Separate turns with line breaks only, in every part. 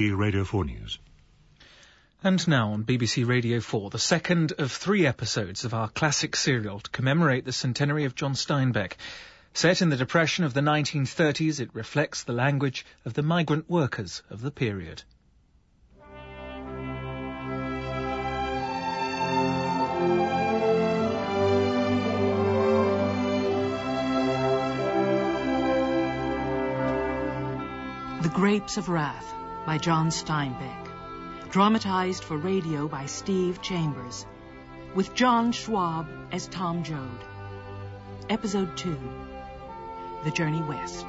E Radio 4 News.
And now on BBC Radio 4, the second of three episodes of our classic serial to commemorate the centenary of John Steinbeck. Set in the Depression of the 1930s, it reflects the language of the migrant workers of the period.
The Grapes of Wrath by John Steinbeck. Dramatized for radio by Steve Chambers. With John Schwab as Tom Joad. Episode 2 The Journey West.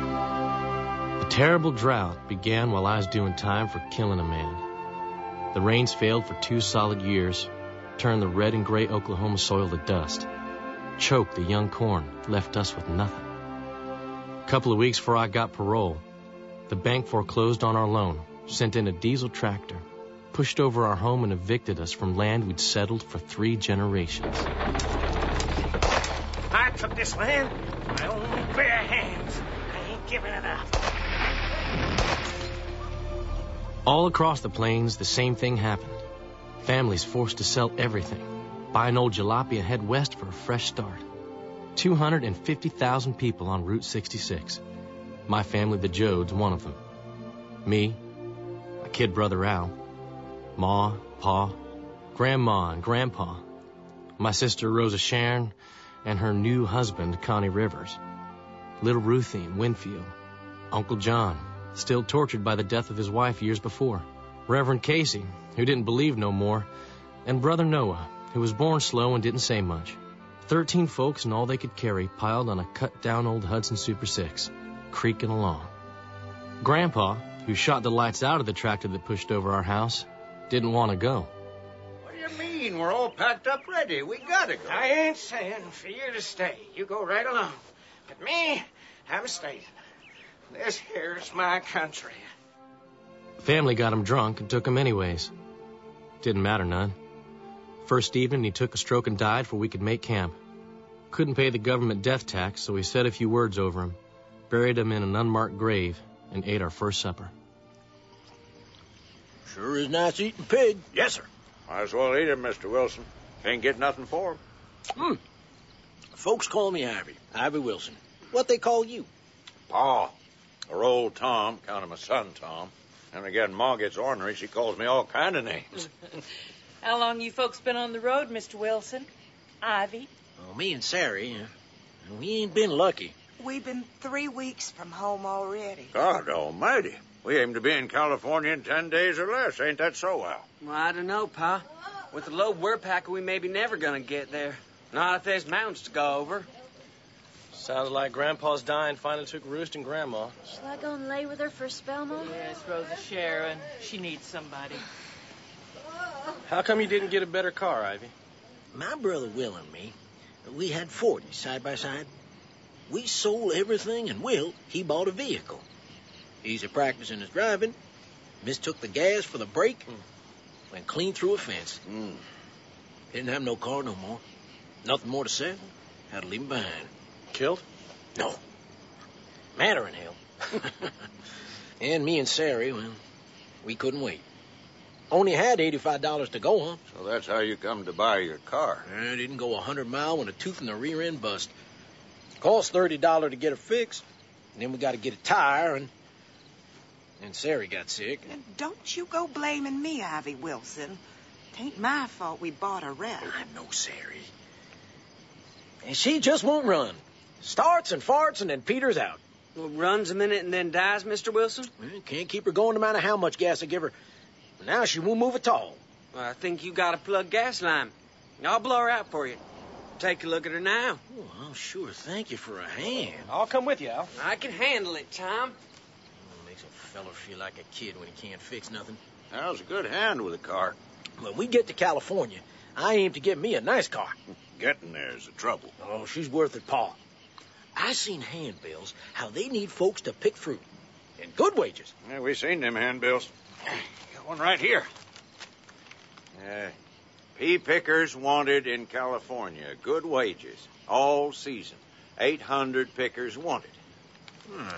The terrible drought began while I was doing time for killing a man. The rains failed for two solid years, turned the red and gray Oklahoma soil to dust, choked the young corn, left us with nothing. A couple of weeks before I got parole, the bank foreclosed on our loan, sent in a diesel tractor, pushed over our home, and evicted us from land we'd settled for three generations.
I took this land with my own bare hands. I ain't giving it up.
All across the plains, the same thing happened. Families forced to sell everything, buy an old jalopy, and head west for a fresh start. 250,000 people on Route 66. My family, the Jodes, one of them. Me, my kid brother Al, Ma, Pa, Grandma, and Grandpa. My sister Rosa Sharon and her new husband, Connie Rivers. Little Ruthie in Winfield. Uncle John, still tortured by the death of his wife years before. Reverend Casey, who didn't believe no more. And Brother Noah, who was born slow and didn't say much. Thirteen folks and all they could carry piled on a cut down old Hudson Super 6, creaking along. Grandpa, who shot the lights out of the tractor that pushed over our house, didn't want to go.
What do you mean? We're all packed up ready. We gotta go.
I ain't saying for you to stay. You go right along. But me, I'm staying. This here's my country.
Family got him drunk and took him anyways. Didn't matter none. First evening, he took a stroke and died for we could make camp. Couldn't pay the government death tax, so we said a few words over him, buried him in an unmarked grave, and ate our first supper.
Sure is nice eating pig.
Yes, sir.
Might as well eat him, Mr. Wilson. Can't get nothing for him.
Hmm. Folks call me Ivy. Ivy Wilson. What they call you?
Pa. Or old Tom. Count him a son, Tom. And again, Ma gets ornery. She calls me all kind of names.
How long you folks been on the road, Mr. Wilson? Ivy?
Well, me and Sari, uh, we ain't been lucky.
We've been three weeks from home already.
God almighty. We aim to be in California in ten days or less. Ain't that so, Al?
Well, I don't know, Pa. With the load we're packing, we may be never going to get there. Not if there's mountains to go over.
Sounds like Grandpa's dying finally took root in Grandma.
Shall I go and lay with her for a spell, Mom?
Yes, Rosa Sharon. She needs somebody.
How come you didn't get a better car, Ivy?
My brother Will and me, we had 40 side by side. We sold everything, and Will, he bought a vehicle. He's a practicing his driving, mistook the gas for the brake, and went clean through a fence. Mm. Didn't have no car no more. Nothing more to sell. Had to leave him behind.
Killed?
No. Mattering hell. and me and Sari, well, we couldn't wait. Only had $85 to go on.
So that's how you come to buy your car.
I didn't go a 100 mile when a tooth in the rear end bust. Cost $30 to get it fixed. And then we got to get a tire, and and Sari got sick. And...
Don't you go blaming me, Ivy Wilson. Tain't my fault we bought a wreck.
I know Sari. And she just won't run. Starts and farts and then peters out.
Well, runs a minute and then dies, Mr. Wilson?
Well, can't keep her going no matter how much gas I give her. Now she won't move at all.
Well, I think you got a plug gas line. I'll blow her out for you. Take a look at her now.
Well, Oh, I'll sure thank you for a hand.
I'll come with you, Al. I can handle it, Tom.
Makes a feller feel like a kid when he can't fix nothing.
That was a good hand with a car.
When we get to California, I aim to get me a nice car.
Getting there's the trouble.
Oh, she's worth it, Paul. I seen handbills how they need folks to pick fruit. And good wages.
Yeah, we seen them handbills. Got one right here. Yeah. Pea pickers wanted in California. Good wages. All season. 800 pickers wanted.
Hmm.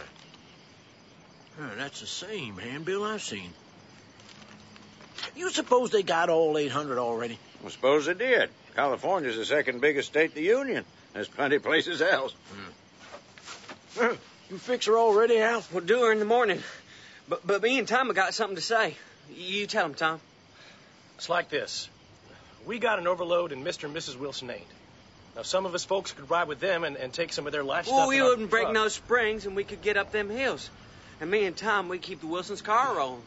Huh, that's the same handbill I've seen. You suppose they got all 800 already?
I suppose they did. California's the second biggest state in the Union. There's plenty of places else. Hmm.
Huh, you fix her already, Al?
We'll do her in the morning. But, but me and Tom have got something to say. You tell him, Tom.
It's like this. We got an overload, and Mr. and Mrs. Wilson ain't. Now, some of us folks could ride with them and, and take some of their life
Well,
stuff.
we
in our
wouldn't break
truck.
no springs, and we could get up them hills. And me and Tom, we keep the Wilson's car rolling.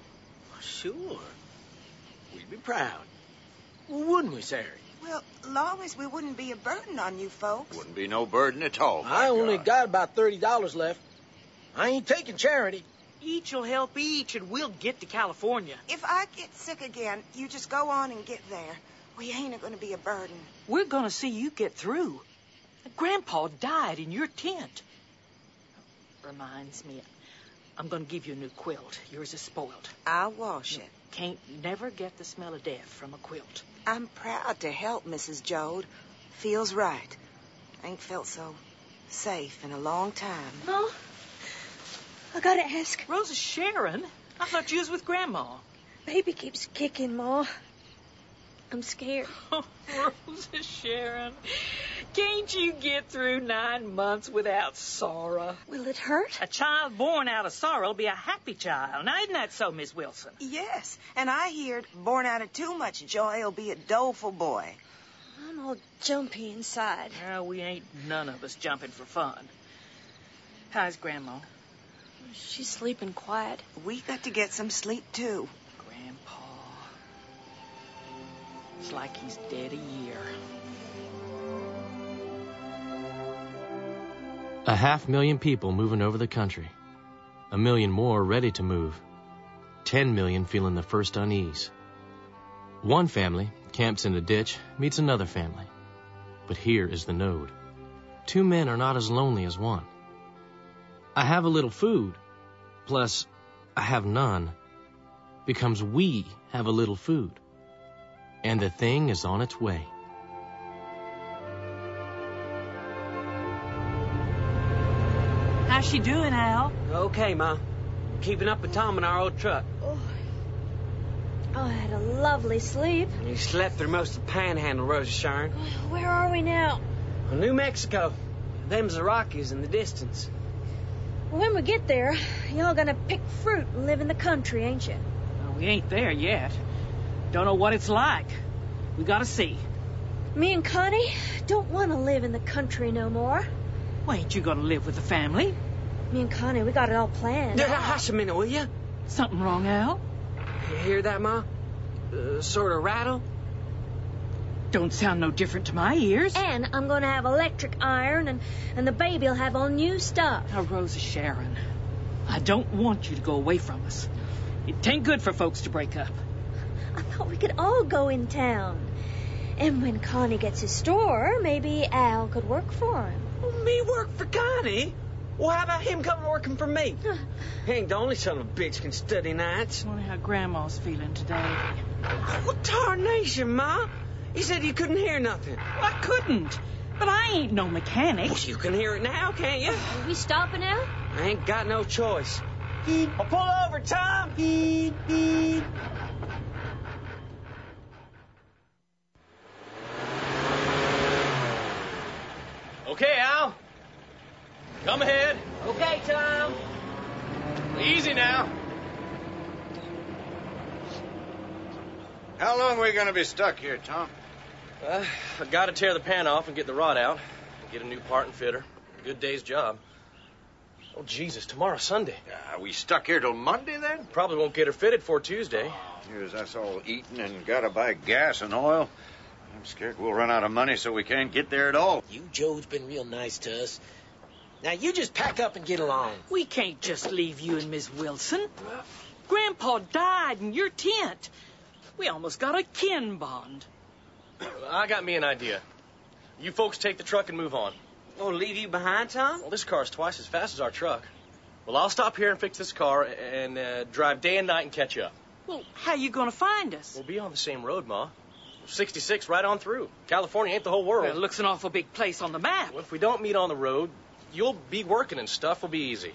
Sure. We'd be proud. Well, wouldn't we, Sarah?
Well, long as we wouldn't be a burden on you folks.
Wouldn't be no burden at all.
I only got about $30 left. I ain't taking charity.
Each will help each, and we'll get to California.
If I get sick again, you just go on and get there. We ain't going to be a burden.
We're going to see you get through. Grandpa died in your tent. Reminds me, I'm going to give you a new quilt. Yours is spoiled.
I'll wash it.
Can't never get the smell of death from a quilt.
I'm proud to help Mrs. Joad. Feels right. Ain't felt so safe in a long time.
No.
I gotta ask.
Rosa Sharon? I thought you was with Grandma.
Baby keeps kicking, Ma. I'm scared.
Rosa Sharon, can't you get through nine months without sorrow?
Will it hurt?
A child born out of sorrow will be a happy child. Now, isn't that so, Miss Wilson?
Yes, and I heard born out of too much joy will be a doleful boy.
I'm all jumpy inside.
Now, we ain't none of us jumping for fun. How's Grandma?
She's sleeping quiet.
We got to get some sleep, too.
Grandpa. It's like he's dead a year.
A half million people moving over the country. A million more ready to move. Ten million feeling the first unease. One family camps in a ditch, meets another family. But here is the node. Two men are not as lonely as one. I have a little food, plus I have none, becomes we have a little food. And the thing is on its way.
How's she doing, Al?
Okay, Ma. Keeping up with Tom in our old truck.
Oh, I had a lovely sleep.
He slept through most of the panhandle, Rosa Sharon.
Where are we now?
Well, New Mexico. Them's the Rockies in the distance.
When we get there, y'all gonna pick fruit and live in the country, ain't you?
Well, we ain't there yet. Don't know what it's like. We gotta see.
Me and Connie don't want to live in the country no more.
Why ain't you gonna live with the family?
Me and Connie, we got it all planned.
Yeah, hush a minute, will you?
Something wrong, Al?
You hear that, Ma? Uh, sort of rattle?
Don't sound no different to my ears.
And I'm gonna have electric iron, and and the baby'll have all new stuff.
Now, Rosa Sharon, I don't want you to go away from us. It ain't good for folks to break up.
I thought we could all go in town. And when Connie gets his store, maybe Al could work for him.
Me work for Connie? Well, how about him coming working for me? he ain't the only son of a bitch can study nights.
Wonder how Grandma's feeling today.
What tarnation, Ma? You said you couldn't hear nothing.
I couldn't, but I ain't no mechanic.
You can hear it now, can't you?
Are we stopping Al?
I ain't got no choice. I'll pull over, Tom. Well,
Okay, Al. Come ahead.
Okay, Tom.
Easy now.
How long we going to be stuck here, Tom?
Uh, I gotta tear the pan off and get the rod out. Get a new part and fitter. Good day's job. Oh, Jesus, tomorrow's Sunday.
Are Uh, we stuck here till Monday then?
Probably won't get her fitted for Tuesday.
Here's us all eating and gotta buy gas and oil. I'm scared we'll run out of money so we can't get there at all.
You Joe's been real nice to us. Now you just pack up and get along.
We can't just leave you and Miss Wilson. Grandpa died in your tent. We almost got a kin bond.
I got me an idea. You folks take the truck and move on.
We'll leave you behind, Tom?
Well, this car's twice as fast as our truck. Well, I'll stop here and fix this car and uh, drive day and night and catch up.
Well, how you gonna find us?
We'll be on the same road, Ma. 66 right on through. California ain't the whole world.
Well, it looks an awful big place on the map.
Well, if we don't meet on the road, you'll be working and stuff will be easy.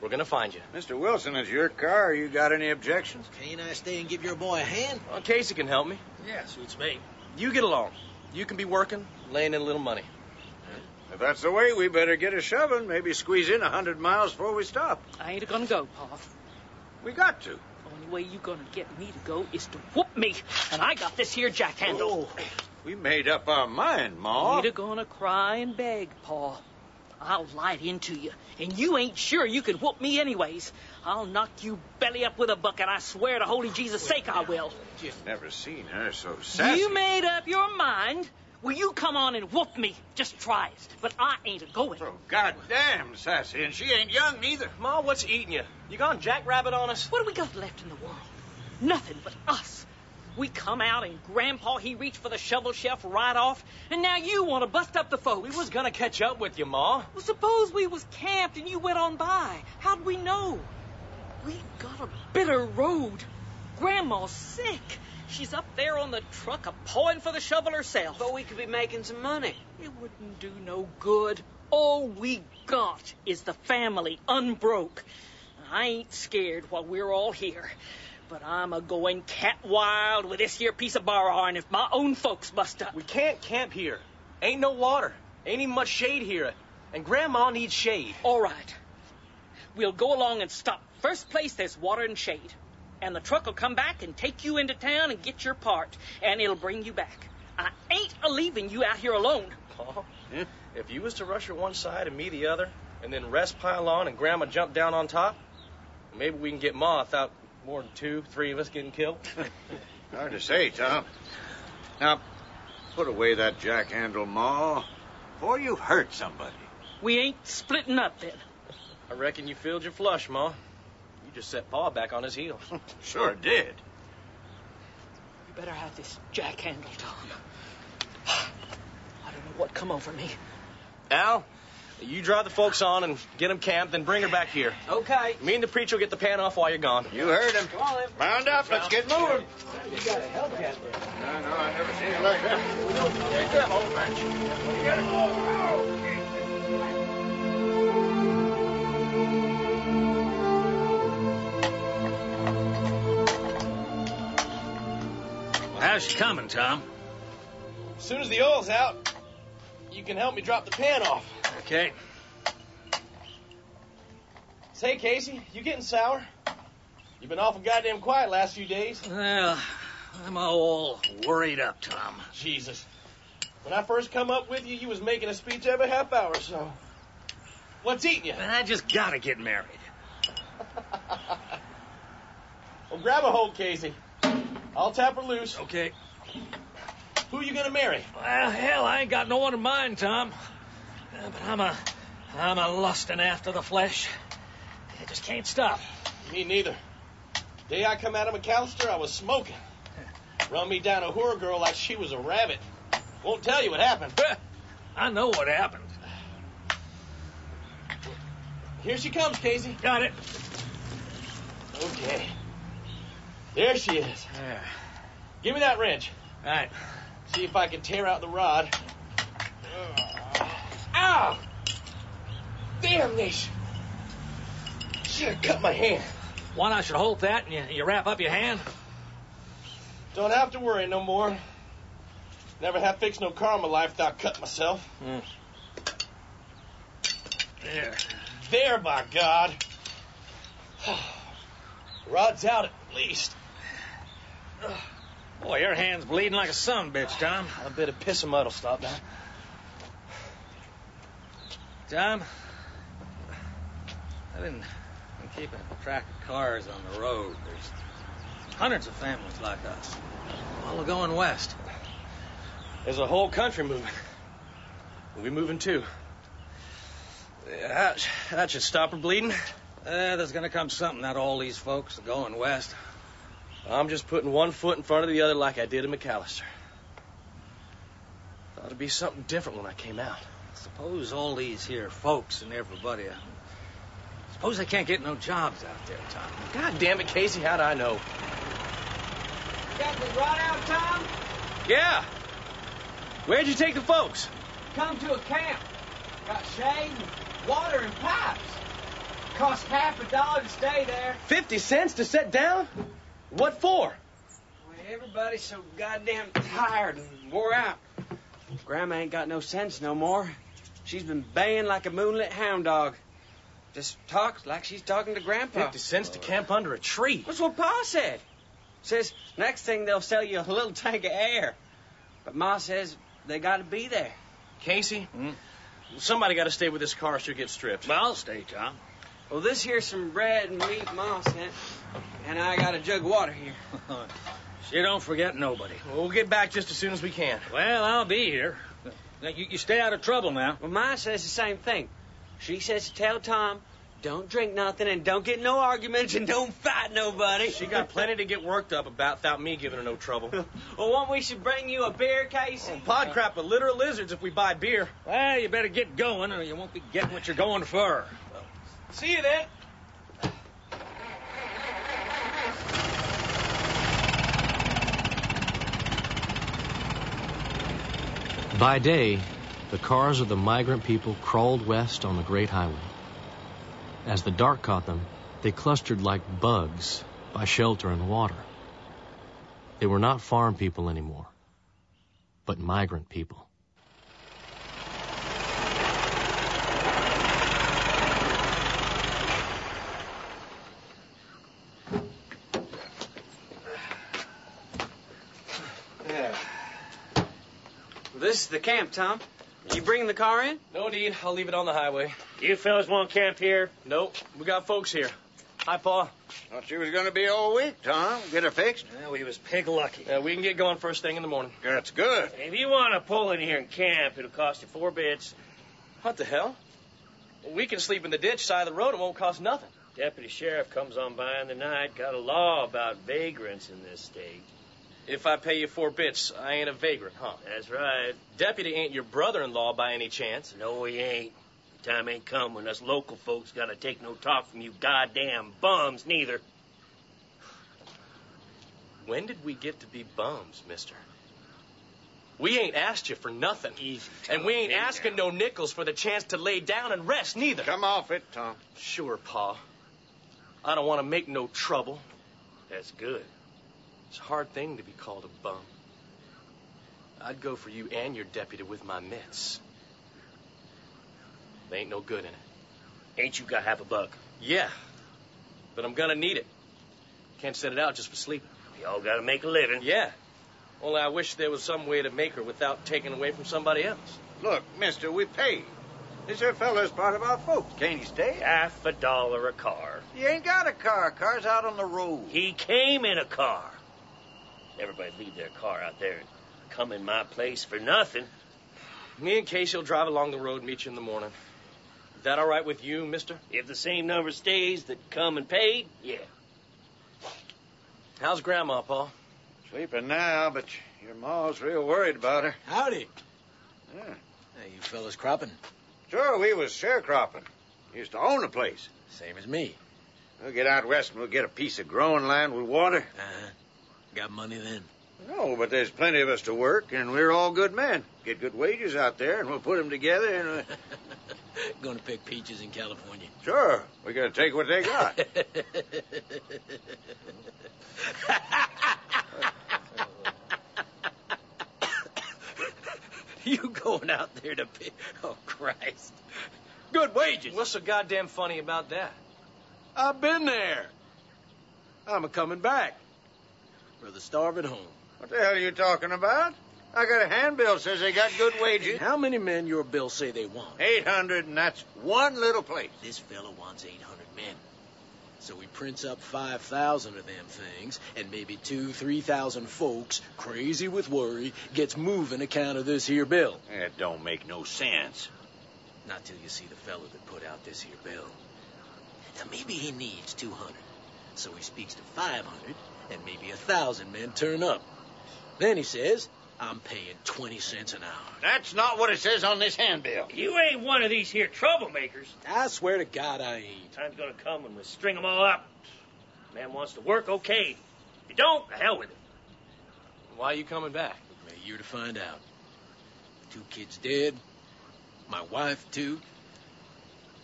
We're gonna find you.
Mr. Wilson, it's your car. You got any objections?
Can't I stay and give your boy a hand?
Well, Casey can help me.
Yeah, suits me.
You get along. You can be working, laying in a little money.
If that's the way, we better get a shoving. Maybe squeeze in a hundred miles before we stop.
I ain't gonna go, Pa.
We got to.
Only way you gonna get me to go is to whoop me, and I got this here jack handle.
We made up our mind, Oh, Ma.
Ain't a gonna cry and beg, Pa. I'll light into you, and you ain't sure you can whoop me anyways. I'll knock you belly up with a bucket. I swear to holy Jesus' sake, I will.
Just never seen her so sassy.
You made up your mind. Will you come on and whoop me? Just try it. But I ain't a going.
So Oh, goddamn sassy, and she ain't young neither.
Ma, what's eating you? You gone jackrabbit on us?
What do we got left in the world? Nothing but us. We come out and Grandpa he reached for the shovel shelf right off, and now you want to bust up the folks.
We was gonna catch up with you, Ma.
Well, suppose we was camped and you went on by. How'd we know? We got a bitter road. Grandma's sick. She's up there on the truck, a pawing for the shovel herself.
But we could be making some money.
It wouldn't do no good. All we got is the family unbroke. I ain't scared while we're all here. But I'm a going cat wild with this here piece of bar iron if my own folks bust up.
We can't camp here. Ain't no water. Ain't even much shade here. And Grandma needs shade.
All right. We'll go along and stop. First place there's water and shade. And the truck will come back and take you into town and get your part. And it'll bring you back. I ain't a leaving you out here alone.
Ma, Uh-huh. if you was to rush her one side and me the other, and then rest pile on and Grandma jump down on top, maybe we can get Ma without more than two, three of us getting killed.
Hard to say, Tom. Now, put away that jack handle, Ma, before you hurt somebody.
We ain't splitting up then.
I reckon you filled your flush, Ma. You just set Pa back on his heels.
Sure did.
You better have this jack handle, Tom. I don't know what come over me.
Al, you drive the folks on and get 'em camped, then bring her back here.
Okay.
Me and the preacher will get the pan off while you're gone.
You heard him.
Come on, then.
Round up. Let's get moving.
You got a Hellcat there.
No, no, I never seen it like that. Take that old wrench. You gotta go.
How's she coming, Tom?
As soon as the oil's out, you can help me drop the pan off.
Okay.
Say, Casey, you getting sour? You've been awful goddamn quiet last few days.
Well, I'm all worried up, Tom.
Jesus. When I first come up with you, you was making a speech every half hour or so. What's eating you?
And I just gotta get married.
well, grab a hold, Casey. I'll tap her loose.
Okay.
Who you gonna marry?
Well, hell, I ain't got no one in mind, Tom. Uh, but I'm a, I'm a lusting after the flesh. I just can't stop.
Me neither. Day I come out of McAllister, I was smoking. Run me down a whore girl like she was a rabbit. Won't tell you what happened.
I know what happened.
Here she comes, Casey.
Got it.
Okay. There she is.
There.
Give me that wrench.
All right.
See if I can tear out the rod. Ah. Ow! Damnation! Should have cut my hand.
One, I should hold that, and you, you wrap up your hand.
Don't have to worry no more. Never have fixed no car in my life without cutting myself.
Mm. There.
There, by God. Rod's out at least.
Boy, your hand's bleeding like a son bitch, Tom.
A bit of piss and mud'll stop that.
Tom,
I've been, been keeping track of cars on the road. There's hundreds of families like us, all are going west.
There's a whole country moving. We moving too. Ouch. That should stop her bleeding.
Uh, there's gonna come something out of all these folks going west.
I'm just putting one foot in front of the other like I did in McAllister. Thought it'd be something different when I came out.
Suppose all these here folks and everybody. uh, Suppose they can't get no jobs out there, Tom.
God damn it, Casey, how'd I know?
Got the rot out, Tom?
Yeah. Where'd you take the folks?
Come to a camp. Got shade, and water, and pipes. Cost half a dollar to stay there.
50 cents to set down? What for?
Everybody's so goddamn tired and wore out.
Grandma ain't got no sense no more. She's been baying like a moonlit hound dog. Just talks like she's talking to Grandpa.
50 cents to camp under a tree.
That's what Pa said. Says next thing they'll sell you a little tank of air. But Ma says they got to be there.
Casey, mm, somebody got to stay with this car so you get stripped.
Well, I'll stay, Tom.
Well, this here's some bread and meat Ma sent, and I got a jug of water here.
She don't forget nobody.
We'll get back just as soon as we can.
Well, I'll be here. Now, you, you stay out of trouble now.
Well, Ma says the same thing. She says to tell Tom, don't drink nothing and don't get in no arguments and don't fight nobody.
She got plenty to get worked up about without me giving her no trouble. Oh,
Well, won't we should bring you a beer, Casey?
Pod crap a litter of lizards if we buy beer.
Well, you better get going or you won't be getting what you're going for.
See you then.
By day, the cars of the migrant people crawled west on the great highway. As the dark caught them, they clustered like bugs by shelter and water. They were not farm people anymore, but migrant people.
Yeah. This is the camp, Tom. You bringing the car in?
No need. I'll leave it on the highway.
You fellas want camp here?
Nope. We got folks here. Hi, Paul.
Thought she was going to be all week, Tom. Get her fixed.
Well, we was pig lucky.
Yeah, we can get going first thing in the morning.
That's good.
If you want to pull in here and camp, it'll cost you four bits.
What the hell? We can sleep in the ditch side of the road. It won't cost nothing.
Deputy sheriff comes on by in the night. Got a law about vagrants in this state.
If I pay you four bits, I ain't a vagrant, huh?
That's right.
Deputy ain't your brother-in-law by any chance.
No, he ain't. The time ain't come when us local folks gotta take no talk from you goddamn bums, neither.
When did we get to be bums, mister? We ain't asked you for nothing.
Easy,
and we ain't
Tom, lay
asking no nickels for the chance to lay down and rest, neither.
Come off it, Tom.
Sure, Pa. I don't want to make no trouble.
That's good.
It's a hard thing to be called a bum. I'd go for you and your deputy with my mitts. They ain't no good in it.
Ain't you got half a buck?
Yeah, but I'm gonna need it. Can't set it out just for sleeping.
We all gotta make a living.
Yeah. Only I wish there was some way to make her without taking away from somebody else.
Look, mister, we paid. This here fella's part of our folks. Can't he stay?
Half a dollar a car.
He ain't got a car. Car's out on the road.
He came in a car. Everybody leave their car out there and come in my place for nothing.
Me and Casey will drive along the road and meet you in the morning. Is that all right with you, mister?
If the same number stays that come and paid, yeah.
How's Grandma, Paul?
Sleeping now, but your ma's real worried about her.
Howdy.
Yeah.
Hey, you fellas cropping?
Sure, we was sharecropping. Used to own the place.
Same as me.
We'll get out west and we'll get a piece of growing land with water.
Uh-huh. Got money then?
No, but there's plenty of us to work, and we're all good men. Get good wages out there, and we'll put 'em together, and uh,
Gonna pick peaches in California.
sure, we gotta take what they got.
you going out there to pick? Oh Christ!
Good wages. What's so goddamn funny about that?
I've been there. I'm a coming back.
For the starving home.
What the hell are you talking about? I got a handbill says they got good wages.
And how many men your bill say they want?
Eight hundred, and that's one little place.
This fella wants 800 men.
So he prints up 5,000 of them things, and maybe two, 3,000 folks, crazy with worry, gets moving account of this here bill.
That don't make no sense.
Not till you see the fella that put out this here bill. Now maybe he needs 200. So he speaks to 500, and maybe a thousand men turn up. Then he says, I'm paying 20 cents an hour.
That's not what it says on this handbill.
You ain't one of these here troublemakers.
I swear to God I ain't.
Time's gonna come when we string 'em all up. Man wants to work, okay. If you don't, the hell with it.
Why are you coming back? May you to find out. Two kids dead. My wife, too.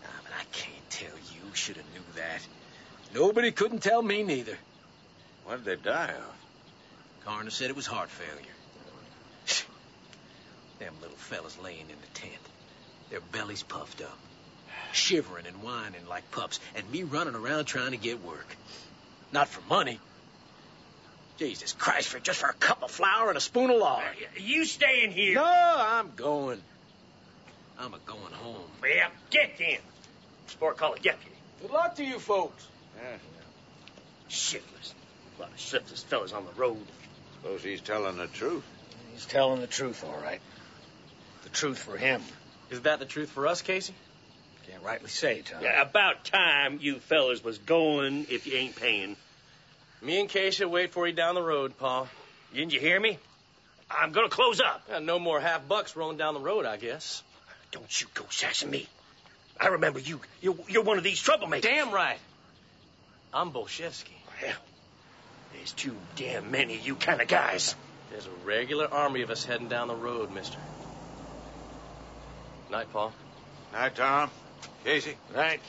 Ah, but I can't tell you. You should have knew that. Nobody couldn't tell me neither.
What did they die of?
Coroner said it was heart failure. Them little fellas laying in the tent. Their bellies puffed up. Shivering and whining like pups, and me running around trying to get work. Not for money. Jesus Christ, for just for a cup of flour and a spoon of lard.
Uh, You stay in here.
No, I'm going. I'm a going home.
Yeah, get in. Or call a deputy.
Good luck to you folks.
Shiftless. A lot of shiftless fellas on the road.
Suppose he's telling the truth.
He's telling the truth, all right.
The truth for him.
Is that the truth for us, Casey?
Can't rightly say, Tom.
Yeah, about time you fellas was going if you ain't paying.
Me and Casey wait for you down the road, Pa.
Didn't you hear me? I'm gonna close up.
Yeah, no more half bucks rolling down the road, I guess.
Don't you go sassing me. I remember you. You're, you're one of these troublemakers.
Damn right. I'm Bolshevsky.
Hell, there's too damn many of you kind of guys.
There's a regular army of us heading down the road, mister. Night, Pa.
Night, Tom. Casey.
Right.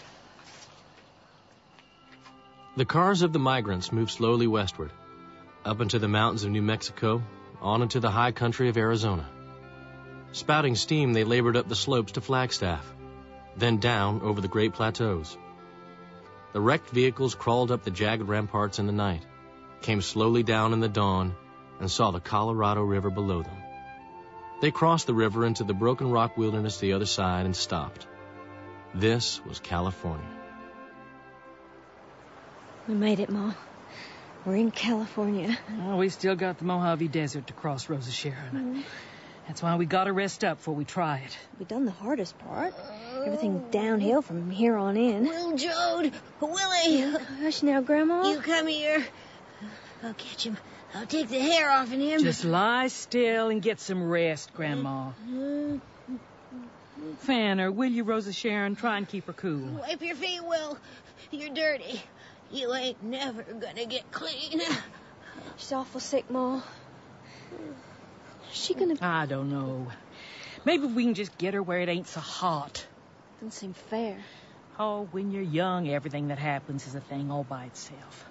The cars of the migrants moved slowly westward, up into the mountains of New Mexico, on into the high country of Arizona. Spouting steam, they labored up the slopes to Flagstaff, then down over the great plateaus. The wrecked vehicles crawled up the jagged ramparts in the night, came slowly down in the dawn, and saw the Colorado River below them. They crossed the river into the broken rock wilderness the other side and stopped. This was California.
We made it, Ma. We're in California.
Well, we still got the Mojave Desert to cross, Rosa Sharon. That's why we gotta rest up before we try it.
We've done the hardest part. Everything downhill from here on in. Oh,
Will Jode! Willie!
Hush now, Grandma.
You come here. I'll catch him. I'll take the hair off of him.
Just lie still and get some rest, Grandma.
Mm.
Fan her, will you, Rosa Sharon? Try and keep her cool.
Wipe your feet, Will. You're dirty. You ain't never gonna get clean.
She's awful sick, Ma. Is she gonna
I don't know. Maybe we can just get her where it ain't so hot.
doesn't seem fair.
Oh, when you're young, everything that happens is a thing all by itself.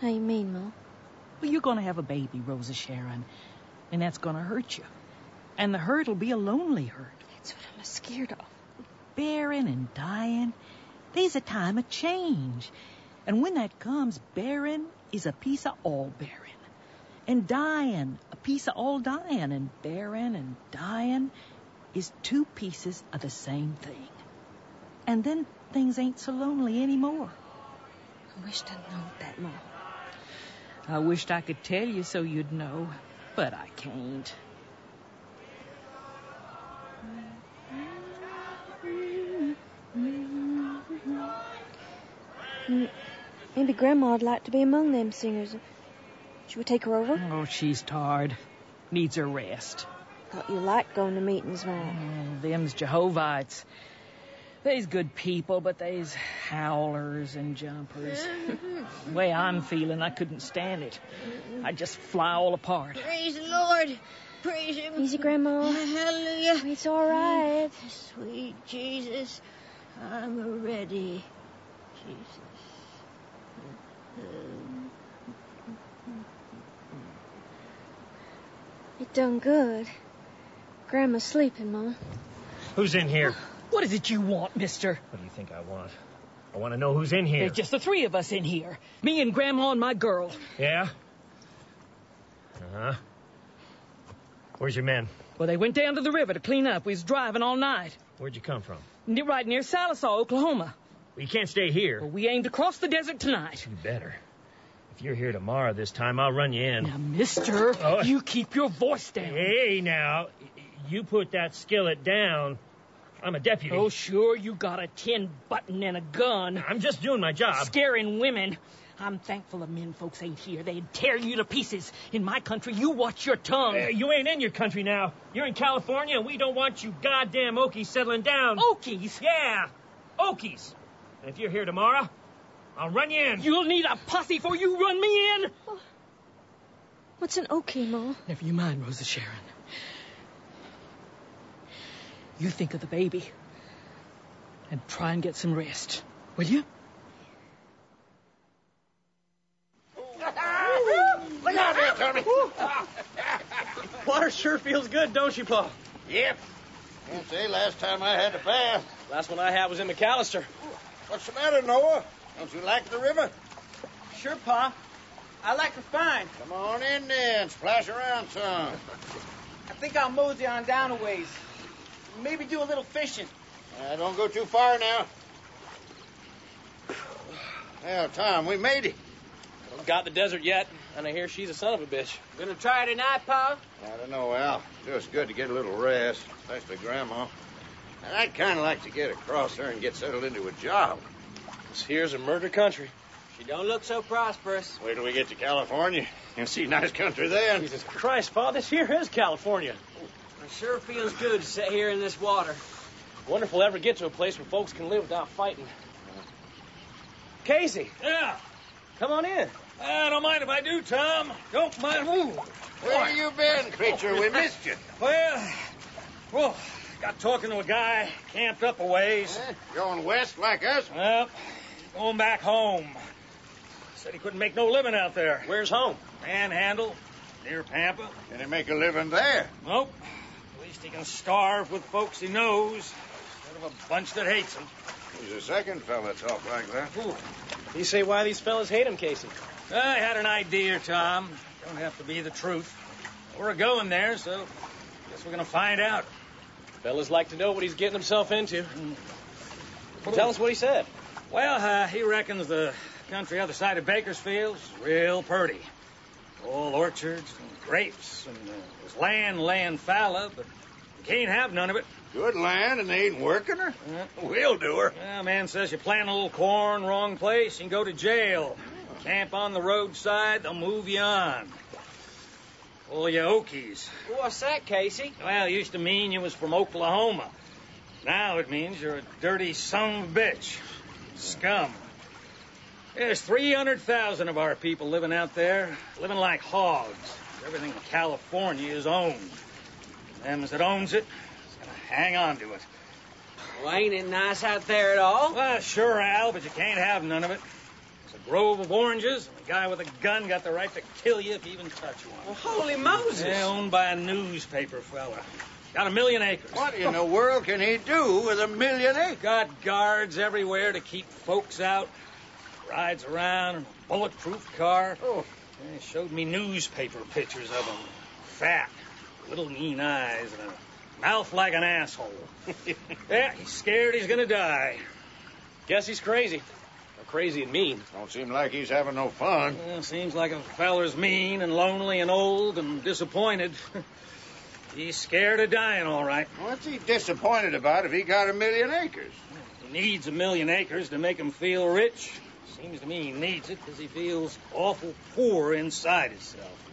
How you mean, Ma?
Well, you're gonna have a baby, Rosa Sharon, and that's gonna hurt you. And the hurt'll be a lonely hurt.
That's what I'm scared of.
bearing and dying. There's a time of change. And when that comes, bearing is a piece of all bearing. And dying, a piece of all dying. And bearing and dying is two pieces of the same thing. And then things ain't so lonely anymore.
I wished I'd known that, Ma.
I wished I could tell you so you'd know, but I can't.
Maybe Grandma'd like to be among them singers. Should we take her over?
Oh, she's tired. Needs her rest.
Thought you liked going to meetings, Ma.
Oh, them's Jehovites. They's good people, but they's howlers and jumpers. the way I'm feeling, I couldn't stand it. I just fly all apart.
Praise the Lord. Praise him.
Easy, Grandma.
Hallelujah. Mm,
It's all right.
Sweet Jesus, I'm ready. Jesus.
You done good. Grandma's sleeping, Ma.
Who's in here?
What is it you want, mister?
What do you think I want? I want to know who's in here.
There's just the three of us in here. Me and Grandma and my girl.
Yeah? Uh huh. Where's your men?
Well, they went down to the river to clean up. We was driving all night.
Where'd you come from?
Ne- Right near Salisaw, Oklahoma.
We can't stay here. Hmm.
Well, we aim to cross the desert tonight.
You better. If you're here tomorrow this time, I'll run you in. Now,
mister, you keep your voice down.
Oh. Hey, now. You put that skillet down. I'm a deputy.
Oh, sure, you got a tin button and a gun.
I'm just doing my job.
Scaring women. I'm thankful the men folks ain't here. They'd tear you to pieces. In my country, you watch your tongue.
Uh, you ain't in your country now. You're in California, and we don't want you goddamn Okies settling down.
Okies?
Yeah, Okies. And if you're here tomorrow, I'll run you in.
You'll need a posse for you run me in.
Oh, What's an Okie, Ma?
Never you mind, Rosa Sharon. You think of the baby and try and get some rest, will you?
Look out there, Tony.
Water sure feels good, don't you, Pa?
Yep. Can't say last time I had a bath.
Last one I had was in McAllister.
What's the matter, Noah? Don't you like the river?
Sure, Pa. I like to find.
Come on in then. Splash around some.
I think I'll mosey on down a ways. Maybe do a little fishing.
Uh, don't go too far now. Well, Tom, we made it.
Don't got the desert yet, and I hear she's a son of a bitch.
Gonna try tonight, Pa?
I don't know, Al. Do us good to get a little rest, especially Grandma. And I'd kind of like to get across there and get settled into a job.
This here's a murder country.
She don't look so prosperous.
Wait till we get to California. You'll see nice country then.
Jesus Christ, Pa, this here is California.
It sure feels good to sit here in this water.
Wonder if we'll ever get to a place where folks can live without fighting. Casey,
Yeah.
come on in.
I don't mind if I do, Tom. Don't mind. Ooh. Oh,
Where you been, creature? We missed you.
Well, well, got talking to a guy camped up a ways.
Eh? Going west like us?
Well, going back home. Said he couldn't make no living out there.
Where's home?
Manhandle, near Pampa.
Can he make a living there?
Nope. At least he can starve with folks he knows instead of a bunch that hates him.
He's the second fella talk like that.
You say why these fellas hate him, Casey?
I had an idea, Tom. Don't have to be the truth. We're going there, so guess we're gonna find out.
Fellas like to know what he's getting himself into. Tell us what he said.
Mm. Well, uh, he reckons the country other side of Bakersfield's real purty. All orchards and grapes, and uh, there's land laying fallow, but you can't have none of it.
Good land, and they ain't working her? We'll do her.
Yeah, man says you plant a little corn, wrong place, and go to jail. Camp on the roadside, they'll move you on. All you Okies.
What's that, Casey?
Well, it used to mean you was from Oklahoma. Now it means you're a dirty son of a bitch. Scum. There's 300,000 of our people living out there, living like hogs. Everything in California is owned. Them that owns it is going to hang on to it.
Well, ain't it nice out there at all?
Well, sure, Al, but you can't have none of it. It's a grove of oranges, and a guy with a gun got the right to kill you if you even touch
Well,
one.
holy Moses.
Yeah, owned by a newspaper fella. Got a million acres.
What in the world can he do with a million acres?
Got guards everywhere to keep folks out. Rides around in a bulletproof car.
Oh.
They showed me newspaper pictures of him. Fat, little mean eyes, and a mouth like an asshole. yeah, he's scared he's gonna die.
Guess he's crazy. Or crazy and mean.
Don't seem like he's having no fun.
Well, seems like a feller's mean and lonely and old and disappointed. He's scared of dying, all right.
What's he disappointed about if he got a million acres?
He needs a million acres to make him feel rich. Seems to me he needs it because he feels awful poor inside himself.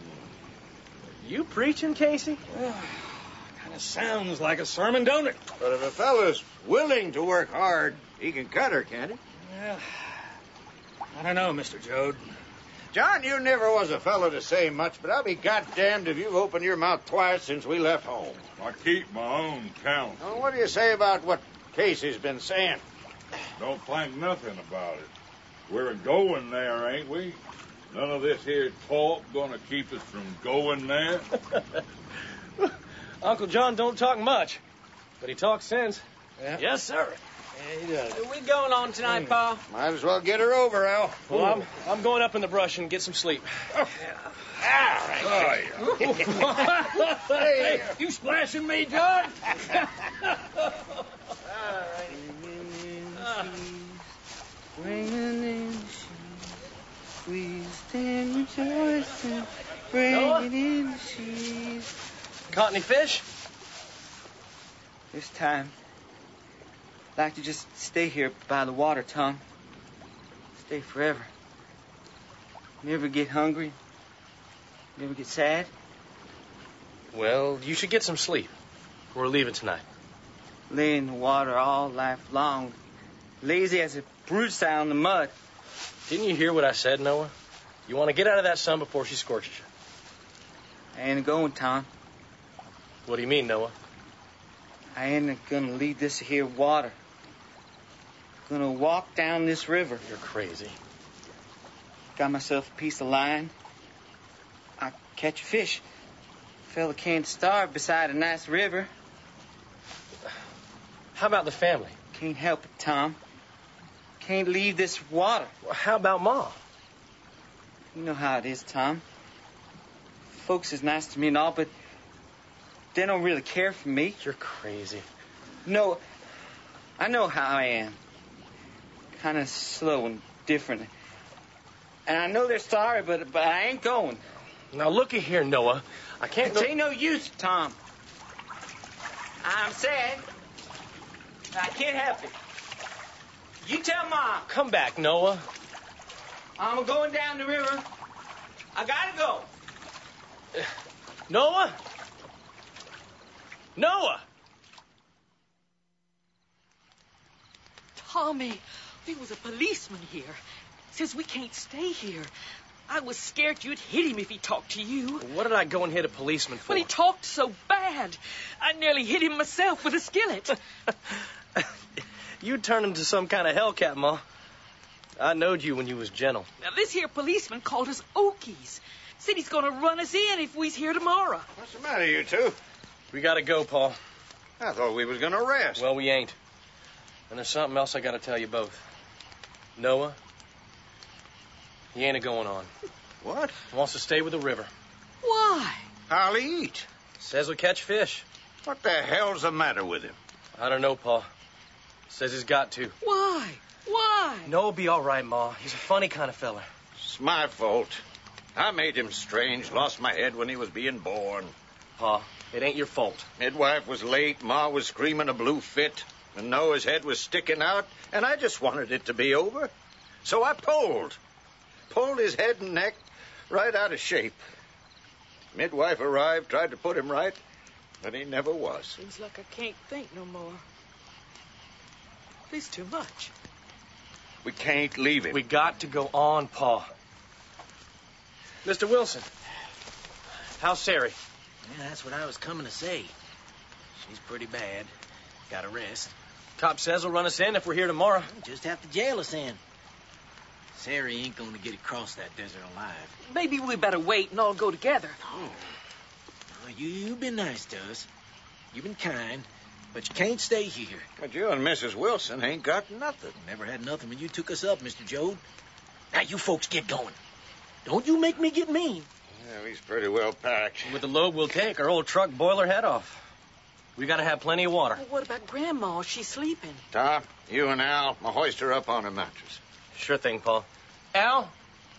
You preaching, Casey?
Kind of sounds like a sermon, don't it?
But if a fella's willing to work hard, he can cut her, can't he?
Well, I don't know, Mr. Joad.
John, you never was a fella to say much, but I'll be goddamned if you've opened your mouth twice since we left home.
I keep my own count.
Now, what do you say about what Casey's been saying?
Don't think nothing about it. We're going there, ain't we? None of this here talk gonna keep us from going there.
Uncle John don't talk much, but he talks sense. Yes, sir.
he does.
Are we going on tonight, Pa?
Might as well get her over, Al.
Well, I'm, I'm going up in the brush and get some sleep.
Ah, right.
hey, you splashing me, John?
Just to bring
Noah?
it in, she's
Caught any fish?
This time, I'd like to just stay here by the water, Tom. Stay forever. Never get hungry. Never get sad.
Well, you should get some sleep. We're leaving tonight.
Lay in the water all life long. Lazy as a brood sow in the mud.
Didn't you hear what I said, Noah? You want to get out of that sun before she scorches you.
I ain't going, Tom.
What do you mean, Noah?
I ain't gonna leave this here water. Gonna walk down this river.
You're crazy.
Got myself a piece of line. I catch a fish. Fella can't starve beside a nice river.
How about the family?
Can't help it, Tom. Can't leave this water.
Well, how about Ma?
You know how it is, Tom. Folks is nice to me and all, but they don't really care for me.
You're crazy.
No, I know how I am. Kind of slow and different. And I know they're sorry, but but I ain't going.
Now looky here, Noah. I can't.
It ain't no use, Tom. I'm sad. I can't help it. You tell Mom
Come back, Noah.
I'm going down the river. I gotta go.
Noah? Noah!
Tommy, there was a policeman here. Says we can't stay here. I was scared you'd hit him if he talked to you.
What did I go and hit a policeman for?
Well, he talked so bad. I nearly hit him myself with a skillet.
You turned into some kind of Hellcat, Ma. I knowed you when you was gentle.
now, this here policeman called us Okies. Said he's going to run us in if we's here tomorrow.
What's the matter, you two?
We gotta go, Paul.
I thought we was gonna rest.
Well, we ain't. And there's something else I gotta tell you both. Noah, he ain't a going on.
What?
Wants to stay with the river.
Why?
How'll he eat?
Says he'll catch fish.
What the hell's the matter with him?
I don't know, Paul. Says he's got to.
Why? Why?
Noah'll be all right, Ma. He's a funny kind of fella.
It's my fault. I made him strange, lost my head when he was being born.
Pa, it ain't your fault.
Midwife was late, Ma was screaming a blue fit, and Noah's head was sticking out, and I just wanted it to be over. So I pulled. Pulled his head and neck right out of shape. Midwife arrived, tried to put him right, but he never was.
Seems like I can't think no more. This too much.
We can't leave him.
We got to go on, Paul. Mr. Wilson, how's Sari?
Yeah, that's what I was coming to say. She's pretty bad. Gotta rest.
Cop says he'll run us in if we're here tomorrow.
Just have to jail us in. Sari ain't gonna get across that desert alive.
Maybe we better wait and all go together.
Now, you, you've been nice to us. You've been kind, but you can't stay here.
But you and Mrs. Wilson ain't got nothing.
Never had nothing when you took us up, Mr. Joad. Now you folks get going. Don't you make me get mean.
Yeah, he's pretty well packed.
With the load we'll take, our old truck boiler head off. We gotta have plenty of water.
Well, what about Grandma? She's sleeping.
Tom, you and Al, I'll hoist her up on a mattress.
Sure thing, Paul. Al,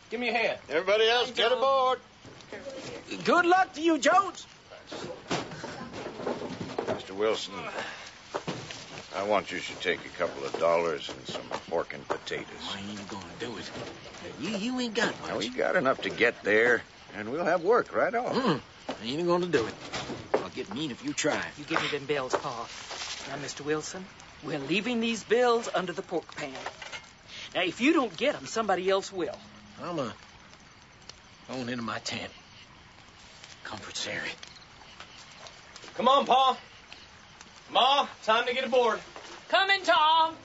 give me a hand.
Everybody else, get aboard.
Good luck to you, Jones.
Mr. Wilson, I want you to take a couple of dollars and some pork and potatoes.
I ain't gonna do it. You, you ain't got much.
Now, we got enough to get there, and we'll have work right off.
Mm, I ain't gonna do it. I'll get mean if you try.
You give me them bills, Pa. Now, Mr. Wilson, we're leaving these bills under the pork pan. Now, if you don't get 'em, somebody else will.
I'm a going into my tent. Comfort Sari.
Come on, Paul. Ma, time to get aboard.
Coming, Tom.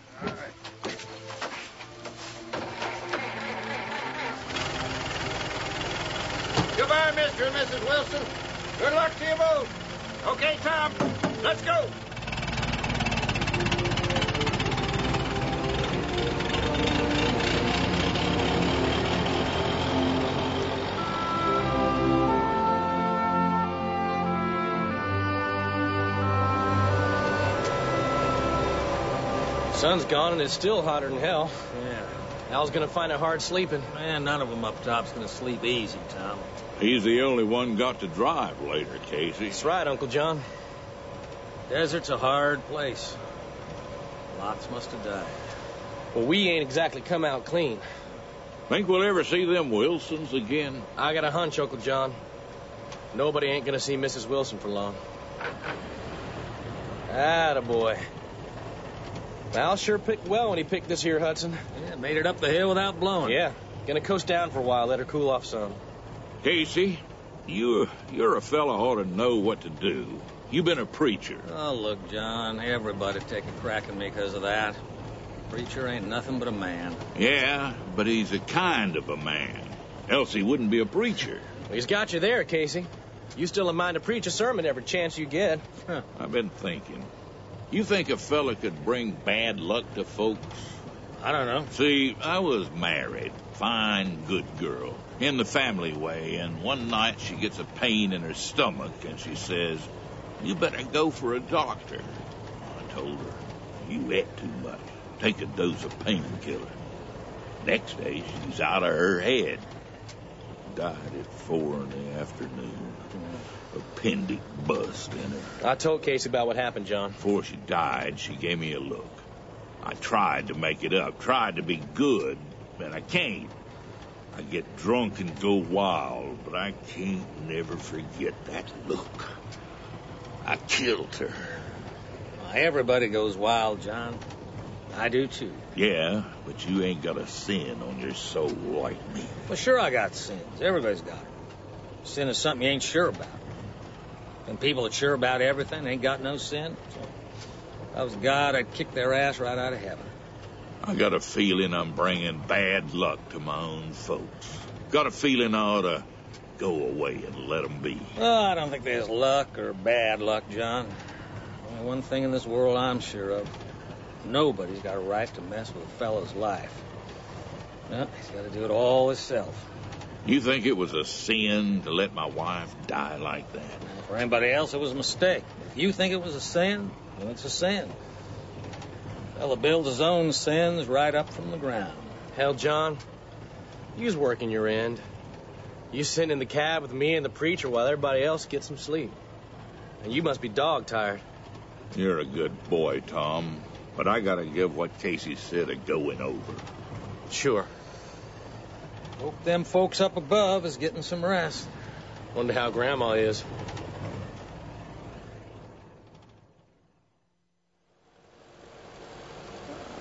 Goodbye, Mr. and Mrs. Wilson. Good luck to you both. Okay, Tom, let's go.
Sun's gone and it's still hotter than hell.
Yeah.
Al's gonna find it hard sleeping.
Man, none of them up top's gonna sleep easy, Tom.
He's the only one got to drive later, Casey.
That's right, Uncle John.
Desert's a hard place. Lots must have died.
Well, we ain't exactly come out clean.
Think we'll ever see them Wilsons again?
I got a hunch, Uncle John. Nobody ain't gonna see Mrs. Wilson for long. Atta boy. Al sure picked well when he picked this here Hudson.
Yeah, made it up the hill without blowing.
Yeah, gonna coast down for a while, let her cool off some.
Casey, you you're a fella ought to know what to do. You've been a preacher.
Oh, look, John, everybody take a crack at me 'cause of that. Preacher ain't nothing but a man.
Yeah, but he's a kind of a man. Else he wouldn't be a preacher.
Well, he's got you there, Casey. You still in mind to preach a sermon every chance you get.
Huh. I've been thinking. You think a fella could bring bad luck to folks?
I don't know.
See, I was married. Fine, good girl. In the family way, and one night she gets a pain in her stomach and she says, You better go for a doctor. I told her, You ate too much. Take a dose of painkiller. Next day, she's out of her head. Died at four in the afternoon. Appendix bust in her.
I told Casey about what happened, John.
Before she died, she gave me a look. I tried to make it up, tried to be good, but I can't. I get drunk and go wild, but I can't never forget that look. I killed her.
Well, everybody goes wild, John. I do too.
Yeah, but you ain't got a sin on your soul like me.
Well, sure, I got sins. Everybody's got 'em. Sin is something you ain't sure about. And people that sure about everything ain't got no sin. So if I was God, I'd kick their ass right out of heaven.
I got a feeling I'm bringing bad luck to my own folks. Got a feeling I ought to go away and let 'em be.
Oh, I don't think there's luck or bad luck, John. Only one thing in this world I'm sure of. Nobody's got a right to mess with a fellow's life. No, he's got to do it all himself.
You think it was a sin to let my wife die like that?
For anybody else, it was a mistake. If you think it was a sin, well, it's a sin. Fella builds his own sins right up from the ground.
Hell, John, you's working your end. You sitting in the cab with me and the preacher while everybody else gets some sleep. And you must be dog tired.
You're a good boy, Tom, but I gotta give what Casey said a going over.
Sure.
Hope them folks up above is getting some rest.
Wonder how Grandma is.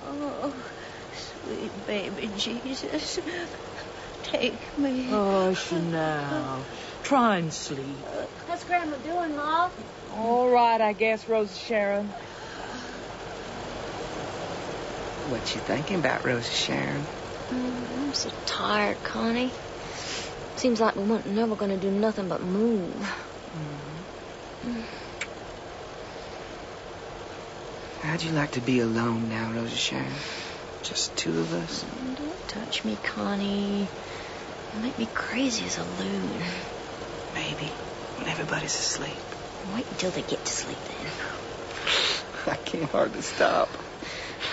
Oh, sweet baby Jesus, take me.
Oh.
Hush now. Try and sleep.
How's Grandma doing, Ma?
All right, I guess, Rosa Sharon.
What you thinking about, Rosa Sharon?
Mm, I'm so tired, Connie. Seems like we weren't never gonna do nothing but move. Mm.
How'd you like to be alone now, Rosa Sharon? Just two of us?
Mm, Don't touch me, Connie. You make me crazy as a loon.
Maybe. When everybody's asleep.
Wait until they get to sleep then.
I can't hardly stop.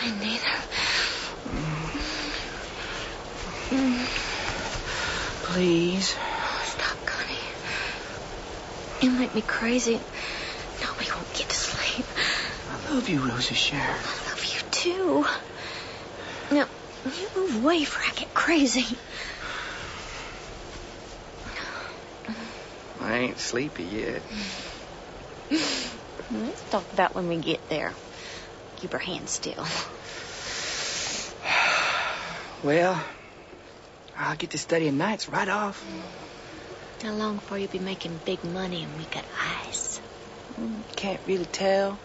I neither. Mm.
Please.
Stop, Connie. You make me crazy. Nobody won't get to sleep.
I love you, Rosa Sharon.
I love you too. Now, you move away before I get crazy.
I ain't sleepy yet.
Let's talk about when we get there. Keep her hands still.
Well, I'll get to studying nights right off.
How long before you'll be making big money and we got eyes?
Can't really tell.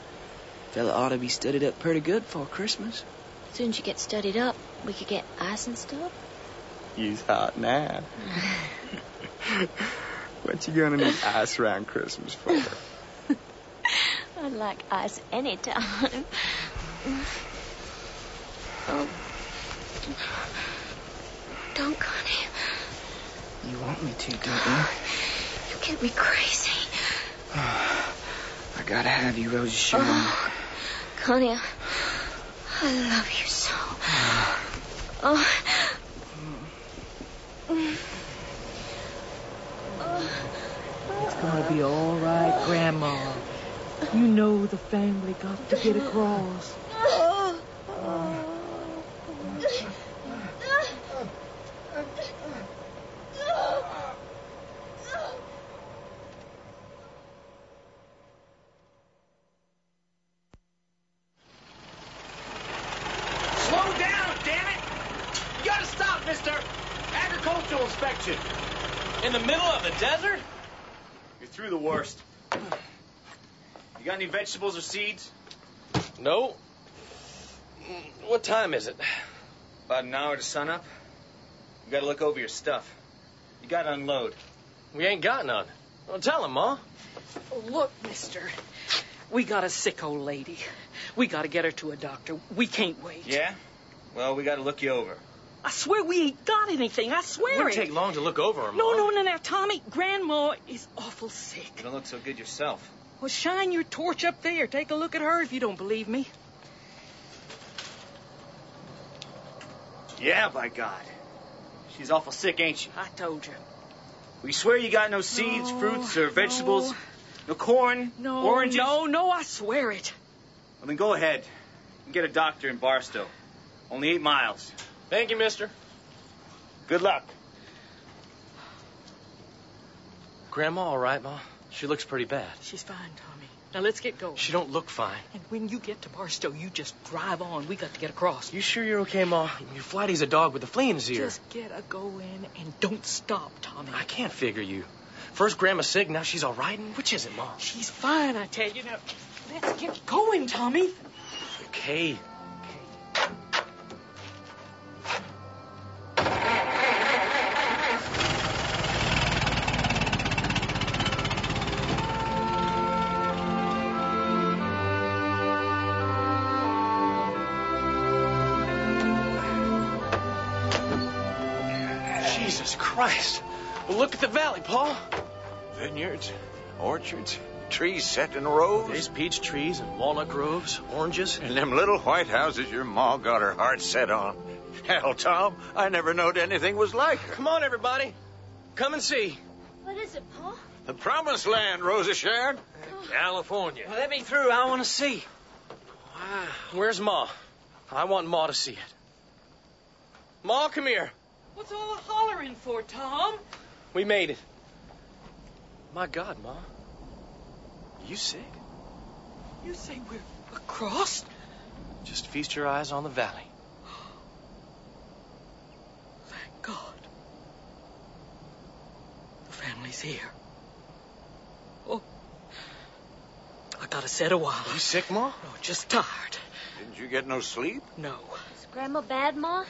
Fella ought to be studied up pretty good for Christmas.
As soon as you get studied up, we could get eyes and stuff.
He's hot now. what you gonna need ice around Christmas for?
I'd like eyes any time.
Um,
Oh,
Don't, Connie.
you want me to, don't you?
You get me crazy.
I gotta have you, Rosa Sharon.
Oh, Connie, I, I love you so. Oh,
be all right, Grandma. You know the family got to get across.
Slow down, damn it! You gotta stop, mister! Agricultural inspection! In the middle of the desert?
You're through the worst.
You got any vegetables or seeds?
No. What time is it?
About an hour to sunup. You gotta look over your stuff. You gotta unload.
We ain't got none. Well, tell him, Ma.
Look, mister, we got a sick old lady. We got to get her to a doctor. We can't wait.
Yeah? Well, we gotta look you over.
I swear we ain't got anything. I swear
Wouldn't
it.
take long to look over him.
no, no, no, now, Tommy, Grandma is awful sick.
You don't look so good yourself.
Well, shine your torch up there. Take a look at her if you don't believe me.
Yeah, by God. She's awful sick, ain't she?
I told you.
We swear you got no seeds, fruits, or vegetables. No, corn,
No,
Oh, oranges.
no, no, I swear it.
Well, then go ahead and get a doctor in Barstow. Only eight miles.
Thank you, mister.
Good luck.
Grandma all right, Ma? She looks pretty bad.
She's fine, Tommy. Now let's get going.
She don't look fine.
And when you get to Barstow, you just drive on. We got to get across.
You sure you're okay, Ma? Your flighty's a dog with a flea in his ear.
Just get a go in and don't stop, Tommy.
I can't figure you. First Grandma's sick, now she's all right. and Which is it, Ma?
She's fine, I tell you. Now let's get going, Tommy.
Okay. Jesus Christ. Well, look at the valley, Paul.
Vineyards, orchards, trees set in rows.
There's peach trees and walnut groves, oranges.
And them little white houses your ma got her heart set on. Hell, Tom, I never knowed anything was like her.
Come on, everybody. Come and see.
What is it, Paul?
The promised land, Rosa Sharon.
California.
Well, let me through. I want to see.
Wow. Where's Ma? I want Ma to see it. Ma, come here.
What's all the hollering for, Tom?
We made it. My God, Ma. You sick?
You say we're across?
Just feast your eyes on the valley.
Thank God. The family's here. Oh. I got a set a while.
You sick, Ma?
No, Oh, just tired.
Didn't you get no sleep?
No.
Is Grandma bad, Ma?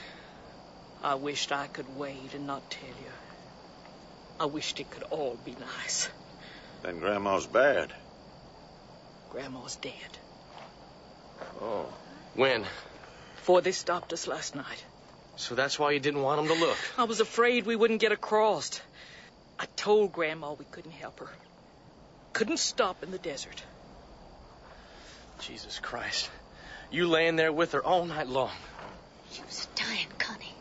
I wished I could wait and not tell you. I wished it could all be nice.
Then Grandma's bad.
Grandma's dead.
Oh.
When?
For they stopped us last night.
So that's why you didn't want 'em to look.
I was afraid we wouldn't get across. I told Grandma we couldn't help her. Couldn't stop in the desert.
Jesus Christ. You laying there with her all night long.
She was dying, Connie.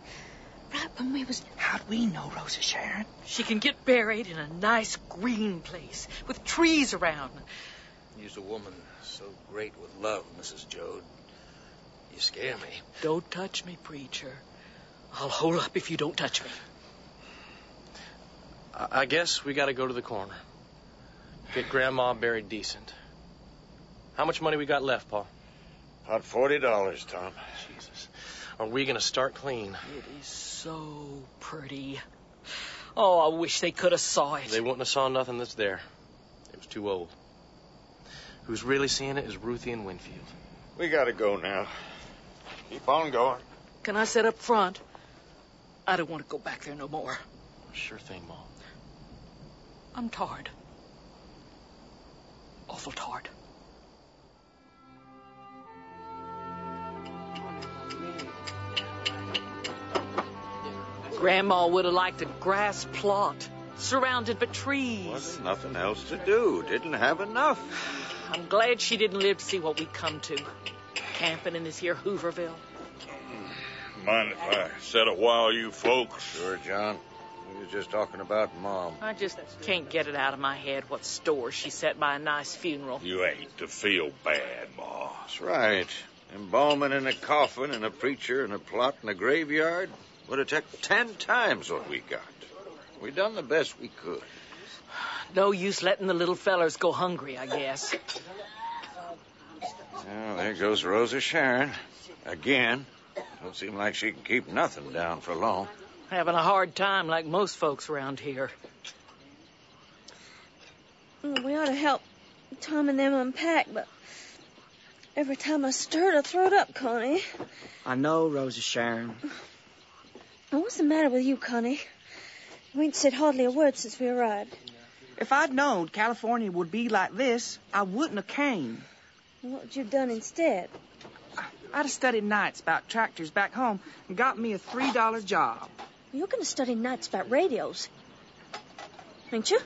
Right when we was.
How'd we know, Rosa Sharon?
She can get buried in a nice green place with trees around.
You's a woman so great with love, Mrs. Joad. You scare me.
Don't touch me, preacher. I'll hole up if you don't touch me.
I, I guess we gotta go to the corner. Get Grandma buried decent. How much money we got left, Paul?
About forty dollars, Tom.
Jesus. Are we gonna start clean?
It is so pretty. Oh, I wish they could have saw it.
They wouldn't have saw nothing that's there. It was too old. Who's really seeing it is Ruthie and Winfield.
We gotta go now. Keep on going.
Can I sit up front? I don't want to go back there no more.
Sure thing, Mom.
I'm tired. Awful tired. Grandma would have liked a grass plot surrounded by trees.
Wasn't nothing else to do. Didn't have enough.
I'm glad she didn't live to see what we come to. Camping in this here Hooverville.
Mind if I sit a while, you folks?
Sure, John. We were just talking about Mom.
I just can't get it out of my head what store she set by a nice funeral.
You ain't to feel bad, Ma.
That's right. Embalming in a coffin and a preacher and a plot in a graveyard would have took ten times what we got. We done the best we could.
No use letting the little fellers go hungry, I guess.
Well, there goes Rosa Sharon. Again. Don't seem like she can keep nothing down for long.
Having a hard time like most folks around here.
Well, Mm, we ought to help Tom and them unpack, but every time I stir to throat up, Connie.
I know, Rosa Sharon.
What's the matter with you, Connie? We ain't said hardly a word since we arrived.
If I'd known California would be like this, I wouldn't have came.
What would you have done instead?
I'd have studied nights about tractors back home and got me a three dollar job.
You're going to study nights about radios, ain't you?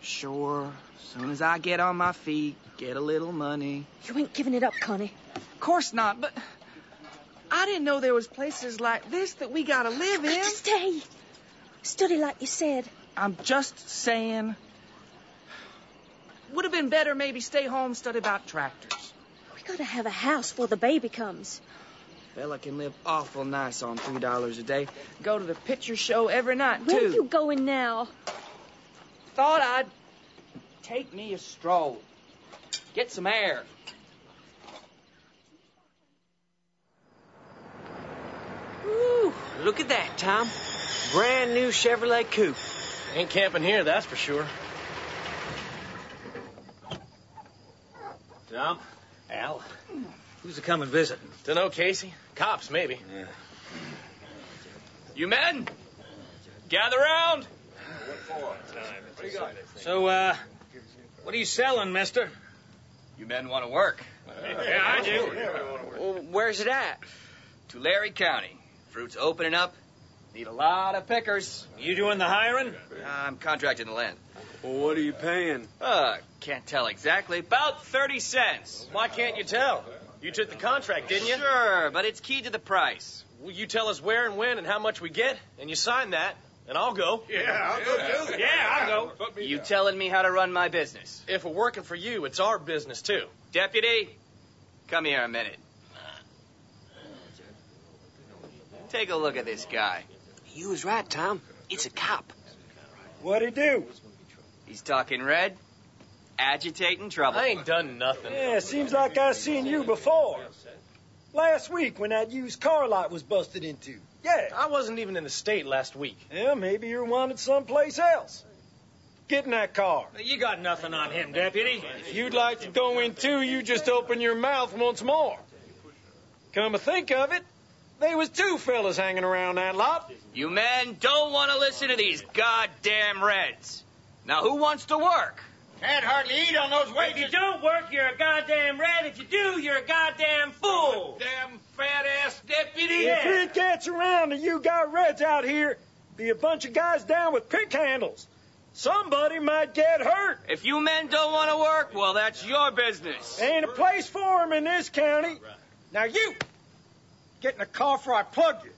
Sure. Soon as I get on my feet, get a little money.
You ain't giving it up, Connie.
Of course not, but I didn't know there was places like this that we gotta live in.
Stay. Study like you said.
I'm just saying. Would have been better maybe stay home, study about tractors.
We gotta have a house before the baby comes.
Fella can live awful nice on three dollars a day. Go to the picture show every night
Where
too.
you going now?
Thought I'd take me a stroll, get some air.
Ooh, look at that, Tom.
Brand new Chevrolet coupe.
Ain't camping here, that's for sure.
Tom? Al? Who's to come and visit?
Dunno, Casey. Cops, maybe. You men, gather round.
So, uh, what are you selling, mister?
You men want to work.
Yeah, I do.
Well, where's it at?
Tulare County. Fruit's opening up. Need a lot of pickers.
You doing the hiring?
I'm contracting the land.
Well, what are you paying?
Uh, can't tell exactly. About 30 cents. Why can't you tell? You took the contract, didn't you? Sure, but it's key to the price. Will you tell us where and when and how much we get, and you sign that, and I'll go.
Yeah, I'll go too.
Yeah, I'll
go.
You telling me how to run my business? If we're working for you, it's our business too. Deputy, come here a minute. Take a look at this guy.
You was right, Tom. It's a cop.
What'd he do?
He's talking red, agitating trouble. I ain't done nothing.
Yeah, seems like I seen you before. Last week when that used car lot was busted into. Yeah.
I wasn't even in the state last week.
Yeah, maybe you're wanted someplace else. Get in that car.
You got nothing on him, deputy.
If you'd like to go in too, you just open your mouth once more. Come to think of it, there was two fellas hanging around that lot.
You men don't want to listen to these goddamn Reds. Now, who wants to work?
Can't hardly eat on those
If you don't work, you're a goddamn rat. If you do, you're a goddamn fool.
Damn
fat ass deputy.
If it gets around and you got reds out here, be a bunch of guys down with pick handles. Somebody might get hurt.
If you men don't want to work, well, that's your business.
Ain't a place for 'em in this county. Now you, get in the car before I plug you.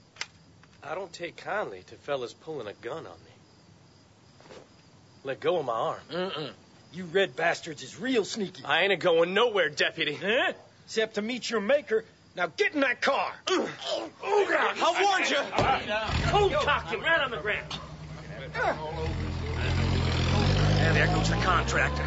I don't take kindly to fellas pulling a gun on me. Let go of my arm. Mm-mm.
You red bastards is real sneaky.
I ain't a going nowhere, deputy.
Huh? Except to meet your maker. Now get in that car. Oh, God. I warned you.
Cold cock him right on the ground.
Yeah, there goes the contractor.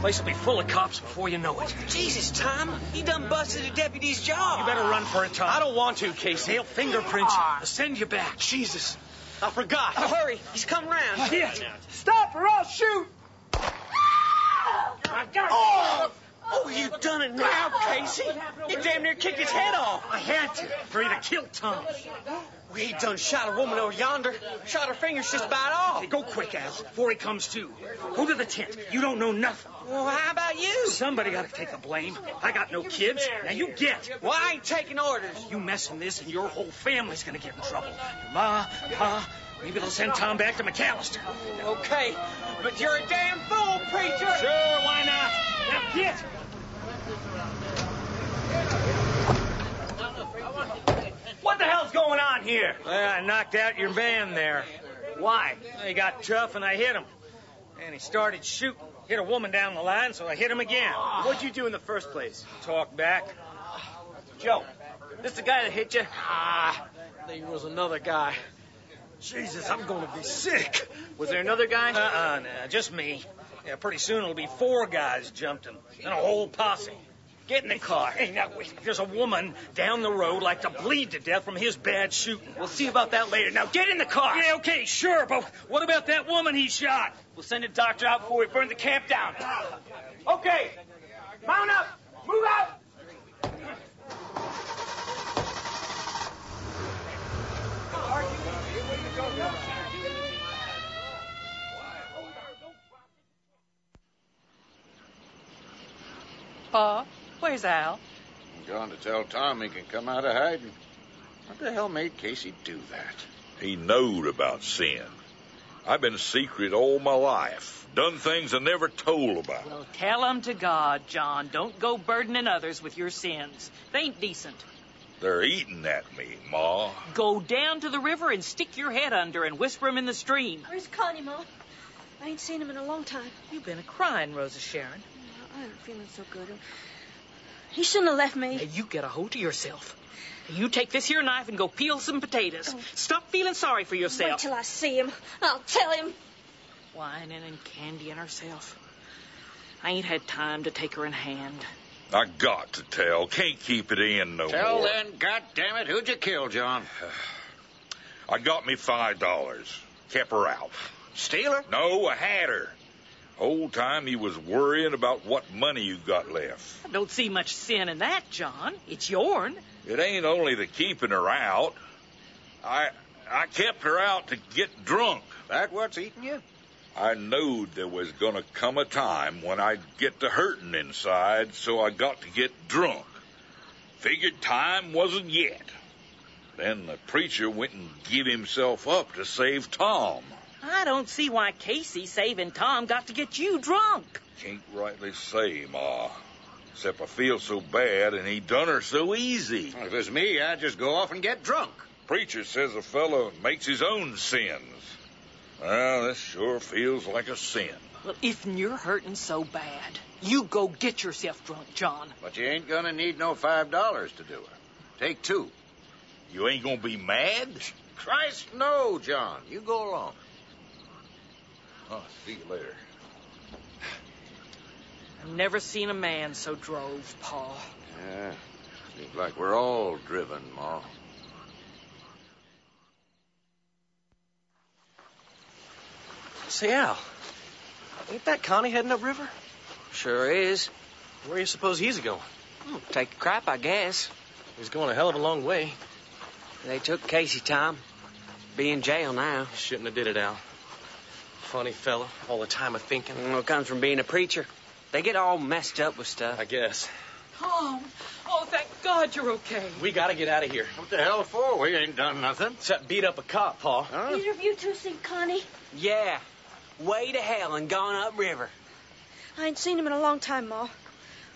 Place will be full of cops before you know it.
Jesus, Tom. He done busted a deputy's job.
You better run for it, Tom.
I don't want to, Casey.
They'll fingerprint you. They'll send you back. Jesus. I forgot.
Ah. Oh,
Oh,
hurry. He's come round.
Shit.
Stop or I'll shoot.
I got
Oh! Oh, you done it now,
Oh,
Casey. You damn near kicked his head off.
I had to. For you to kill Tom.
Well, he done shot a woman over yonder. Shot her fingers just about off.
Go quick, Al, before he comes to. Go to the tent. You don't know nothing.
Well, how about you?
Somebody got to take the blame. I got no kids. Now you get.
Well, I ain't taking orders.
You mess in this, and your whole family's going to get in trouble. Your ma, pa, maybe they'll send Tom back to McAllister.
Okay, but you're a damn fool, preacher.
Sure, why not? Now get.
What the hell's going on here? Well, I knocked out your man there. Why? He got tough and I hit him. And he started shooting. Hit a woman down the line, so I hit him again. What'd you do in the first place? Talk back. Joe, this the guy that hit you? Ah, there was another guy. Jesus, I'm going to be sick. Was there another guy? Uh-uh, nah, just me. Yeah, pretty soon it'll be four guys jumped him, and a whole posse. Get in the car. Hey, now wait. There's a woman down the road like to bleed to death from his bad shooting. We'll see about that later. Now get in the car. Yeah, okay, sure, but what about that woman he shot? Ah. We'll send a doctor out before we burn the camp down. Okay, mount up, move out.
Pa, where's Al?
I'm going to tell Tom he can come out of hiding. What the hell made Casey do that?
He knowed about sin. I've been secret all my life, done things I never told about.
Well, tell 'em to God, John. Don't go burdening others with your sins. They ain't decent.
They're eating at me, Ma.
Go down to the river and stick your head under and whisper 'em in the stream.
Where's Connie, Mom? I ain't seen him in a long time.
You've been a crying, Rosa Sharon.
I'm feeling so good. He shouldn't have left me.
Now you get a hold of yourself. You take this here knife and go peel some potatoes. Stop feeling sorry for
Oh. Wait
yourself.
till I see him. I'll tell him.
Whining and candying herself. I ain't had time to take her in hand.
I got to tell. Can't keep it in no
Tell
more.
then, goddammit, who'd you kill, John?
I got me five dollars. Kept her out.
Steal her?
No, I had her. Whole time he was worrying about what money you got left.
I don't see much sin in that, John. It's yourn.
It ain't only the keeping her out. I I kept her out to get drunk.
That what's eating you?
I knowed there was gonna come a time when I'd get to hurting inside, so I got to get drunk. Figured time wasn't yet. Then the preacher went and give himself up to save Tom.
I don't see why Casey saving Tom got to get you drunk.
Can't rightly say, Ma. Except I feel so bad and he done her so easy.
If it's me, I'd just go off and get drunk.
Preacher says a fellow makes his own sins. Well, this sure feels like a sin.
Well, if you're hurting so bad, you go get yourself drunk, John.
But you ain't gonna need no five dollars to do it. Take two.
You ain't gonna be mad?
Christ, no, John. You go along.
I'll see you later.
I've never seen a man so drove, Paul.
Yeah. Seems like we're all driven, Ma.
Say, Al, ain't that Connie heading up river? Sure is. Where you suppose he's going?
Take a crap, I guess.
He's going a hell of a long way.
They took Casey, Tom. Be in jail now.
Shouldn't have did it, Al. Funny fella, all the time of thinking.
Well, it comes from being a preacher. They get all messed up with stuff. I
guess.
Tom, oh, thank God you're okay.
We gotta get out of here.
What the hell for? We ain't done nothing.
Except beat up a cop, Paul.
Either of you two seen Connie?
Yeah. Way to hell and gone upriver.
I ain't seen him in a long time, Ma.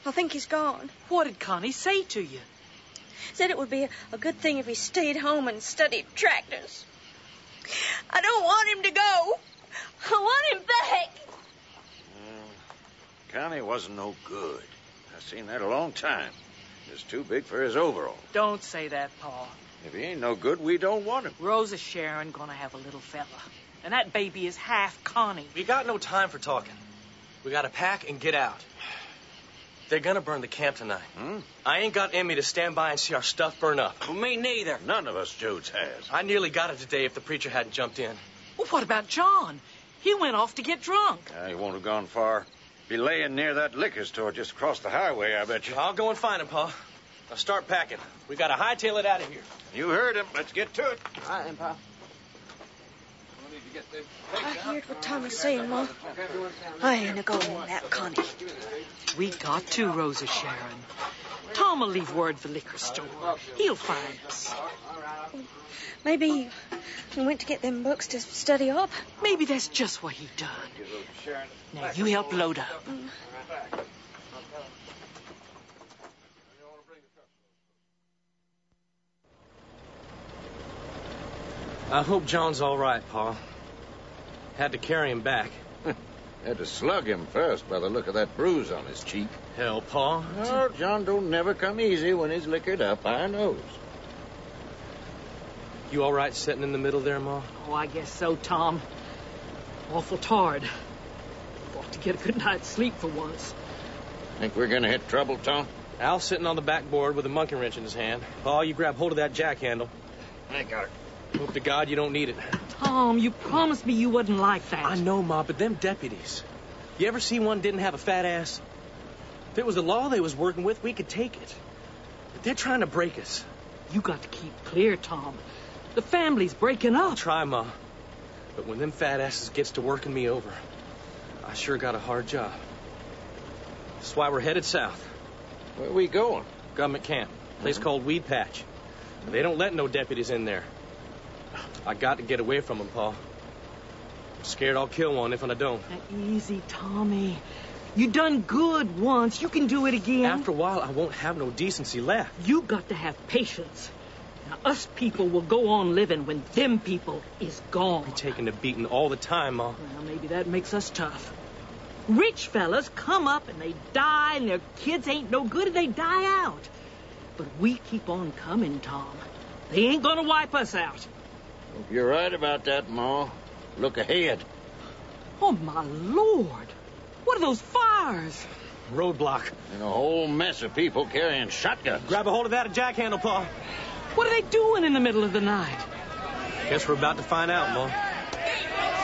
I think he's gone.
What did Connie say to you?
Said it would be a, a good thing if he stayed home and studied tractors. I don't want him to go. I want him back.
Connie wasn't no good. I seen that a long time. Just too big for his overall.
Don't say that, Paul.
If he ain't no good, we don't want him.
Rosa Sharon gonna have a little fella. And that baby is half Connie.
We got no time for talking. We gotta pack and get out. They're gonna burn the camp tonight. I ain't got in me to stand by and see our stuff burn up.
Well, me neither.
None of us Jodes has.
I nearly got it today if the preacher hadn't jumped in.
Well, what about John? He went off to get drunk.
Uh, he won't have gone far. Be laying near that liquor store just across the highway, I bet you.
I'll go and find him, Pa. Now start packing. We gotta hightail it out of here.
You heard him. Let's get to it.
All right, then, Pa.
I heard what Tom was saying, Ma. I ain't a going with that Connie.
We got to, Rosa Sharon. Tom'll leave word for liquor store. He'll find us.
Maybe he went to get them books to study up.
Maybe that's just what he done. Now you help load
Mm.
up.
I hope John's all right, Pa. Had to carry him back.
Had to slug him first by the look of that bruise on his cheek.
Hell, Pa.
No, John don't never come easy when he's liquored up. I knows.
You all right sitting in the middle there, Ma?
Oh, I guess so, Tom. Awful tired. Ought to get a good night's sleep for once.
Think we're gonna hit trouble, Tom?
Al's sitting on the backboard with a monkey wrench in his hand. Pa, you grab hold of that jack handle.
I got it.
Hope to God you don't need it.
Tom, you promised me you wouldn't like that.
I know, Ma, but them deputies. You ever see one didn't have a fat ass? If it was the law they was working with, we could take it. But they're trying to break us.
You got to keep clear, Tom. The family's breaking up.
Try, Ma. But when them fat asses gets to working me over, I sure got a hard job. That's why we're headed south.
Where we going? Uh-huh.
Government camp. Place called Weed Patch. They don't let no deputies in there. I got to get away from them, Pa. I'm scared I'll kill one if I don't.
Now, easy, Tommy. You done good once. You can do it again.
After a while, I won't have no decency left.
You got to have patience. Now, us people will go on living when them people is gone.
I'm taking a beating all the time, Ma.
Well, maybe that makes us tough. Rich fellas come up and they die, and their kids ain't no good, and they die out. But we keep on coming, Tom. They ain't gonna wipe us out.
Hope You're right about that, Ma. Look ahead.
Oh, my lord. What are those fires?
Roadblock.
And a whole mess of people carrying shotguns.
Grab a hold of that jack handle, Pa.
What are they doing in the middle of the night?
Guess we're about to find out, Ma.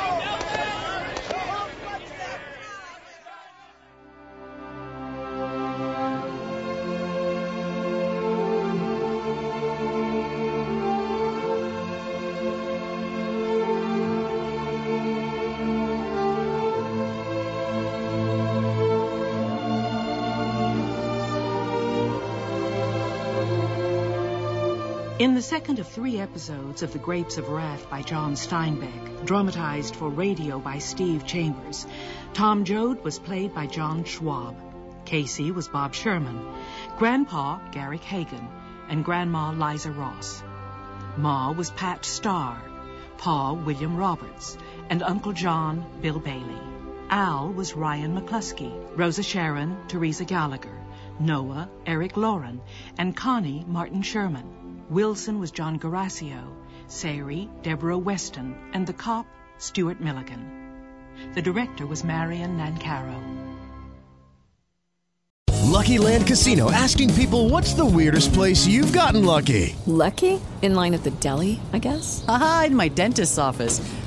In the second of three episodes of The Grapes of Wrath by John Steinbeck, dramatized for radio by Steve Chambers, Tom Joad was played by John Schwab. Casey was Bob Sherman, Grandpa Garrick Hagen, and Grandma Liza Ross. Ma was Pat Starr, Pa William Roberts, and Uncle John Bill Bailey. Al was Ryan McCluskey, Rosa Sharon Teresa Gallagher, Noah Eric Lauren, and Connie Martin Sherman. Wilson was John Garasio, Sari, Deborah Weston, and the cop, Stuart Milligan. The director was Marion Nancaro.
Lucky Land Casino asking people what's the weirdest place you've gotten lucky?
Lucky? In line at the deli, I guess?
Aha, in my dentist's office.